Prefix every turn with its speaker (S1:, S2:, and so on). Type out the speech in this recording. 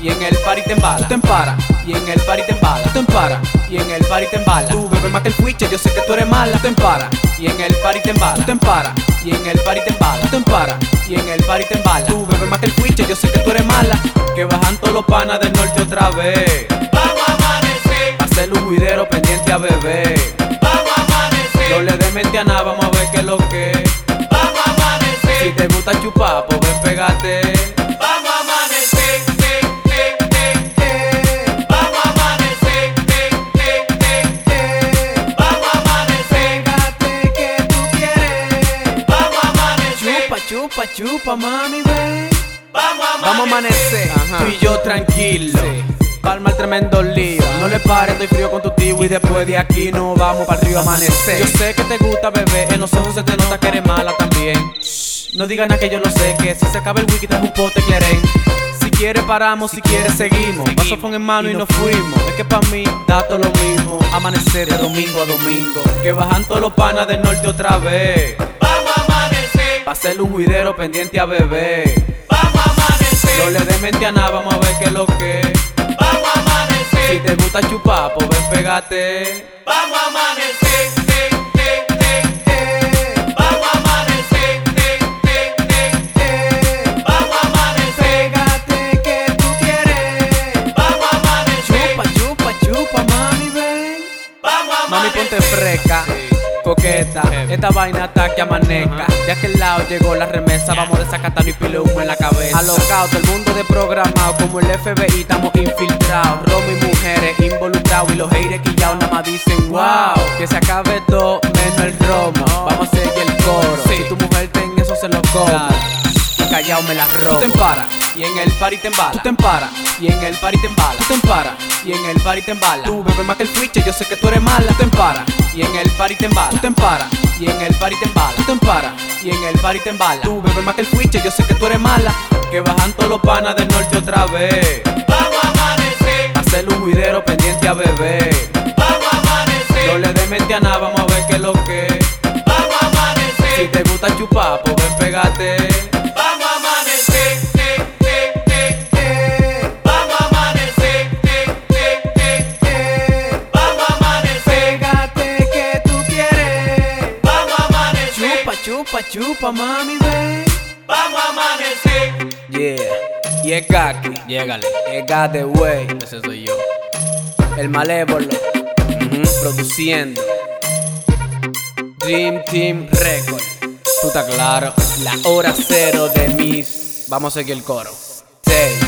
S1: y en el party te embala.
S2: Tú te emparas,
S1: y en el party te embala.
S2: tú te emparas.
S1: y en el party te embala.
S2: Tú bebes más que el fuiche, yo sé que tú eres mala. Tú te emparas,
S1: y en el party te embala.
S2: tú te emparas,
S1: y en el party te embala.
S2: tú te emparas.
S1: y en el party te embala.
S2: Tú bebes más que el fuiche, yo sé que tú eres mala.
S1: que bajan todos los panas del norte otra vez.
S3: Vamos a amanecer,
S1: Hacer un juidero pendiente a bebé.
S3: vamos a
S1: No
S3: amanecer,
S1: le des mente a nada, vamos a ver qué es lo que.
S3: vamos a
S1: Si
S3: amanecer,
S1: te gusta chupar, pues ven, pégate.
S3: vamos a amanecer, eh, eh, eh, eh. vamos a amanecer, eh, eh, eh, eh. vamos a amanecer,
S1: Pégate que tú quieres.
S3: vamos a amanecer,
S1: Chupa, chupa, chupa, mami, ven.
S3: vamos a
S1: Vamos a
S3: amanecer.
S1: amanecer,
S2: Ajá.
S1: tú y yo tranquilo. Palma el tremendo lío. No le pares, estoy frío con tu tío. Y después de aquí no vamos para el río a amanecer. Yo sé que te gusta, bebé. En los ojos se te nota que eres mala también. Shh, No digas nada que yo lo sé. Que si se acaba el wiki, trajo un pote cleren. Si quieres, paramos. Si quieres, seguimos. Paso con en mano y nos fuimos. Es que pa' mí, da todo lo mismo. Amanecer de domingo a domingo. Que bajan todos los panas del norte otra vez.
S3: Vamos a amanecer,
S1: Pa' hacerle un juidero pendiente a bebé.
S3: vamos a amanecer,
S1: No le des mente a nada, vamos a ver qué es lo que.
S3: vamos a
S1: Si
S3: amanecer,
S1: te gusta chupar, pues ven, pégate.
S3: vamos a amanecer, eh, eh, eh, eh. vamos a amanecer, eh, eh, eh, eh. vamos a amanecer,
S1: Pégate que tú quieres.
S3: vamos a amanecer,
S1: Chupa, chupa, chupa, mami, ven.
S3: vamos a
S1: Mami,
S3: amanecer.
S1: ponte fresca, coqueta. Esta vaina está que amanezca. De aquel lado llegó la remesa. Vamos desacatando y pile humo en la cabeza. Alocado, todo el mundo desprogramado. Como el FBI, estamos infiltrados. Romo y mujeres involucrados. Y los haters quillados nada más dicen wow. Oh. Que se acabe todo menos el romo. Vamos a seguir el coro. Si tu mujer ten eso, se lo coma. Y callado me la robo.
S2: Tú te emparas,
S1: y en el party te embala.
S2: tú te emparas,
S1: y en el party te embala.
S2: tú te emparas.
S1: y en el party te embala.
S2: Tú bebes más que el fuiche, yo sé que tú eres mala. Tú te emparas,
S1: Y en el party te embala,
S2: tú te emparas,
S1: y en el party te
S2: tú te
S1: embala,
S2: emparas.
S1: y en el party te embala.
S2: Tú bebes más que el fuiche, yo sé que tú eres mala.
S1: Que bajan todos los panas del norte otra vez.
S3: Vamos a amanecer,
S1: Hacer un juidero pendiente a bebé.
S3: vamos a
S1: No
S3: amanecer,
S1: le des mente a nada, vamos a ver qué es lo que.
S3: vamos a
S1: Si
S3: amanecer,
S1: te gusta chupar, pues ven, pégate.
S3: vamos a amanecer, eh, eh, eh, eh. vamos a amanecer, eh, eh, eh, eh. vamos a amanecer,
S1: Pégate que tú quieres.
S3: vamos a amanecer,
S1: Chupa, chupa, chupa, mami, ven.
S3: vamos a amanecer.
S1: Yeah, y es Kaki,
S2: Llégale,
S1: es God the Way,
S2: ese soy yo.
S1: el malévolo, produciendo. Dream Team Record,
S2: Tú estás claro.
S1: la hora cero de mis. Vamos a seguir el coro. Seis.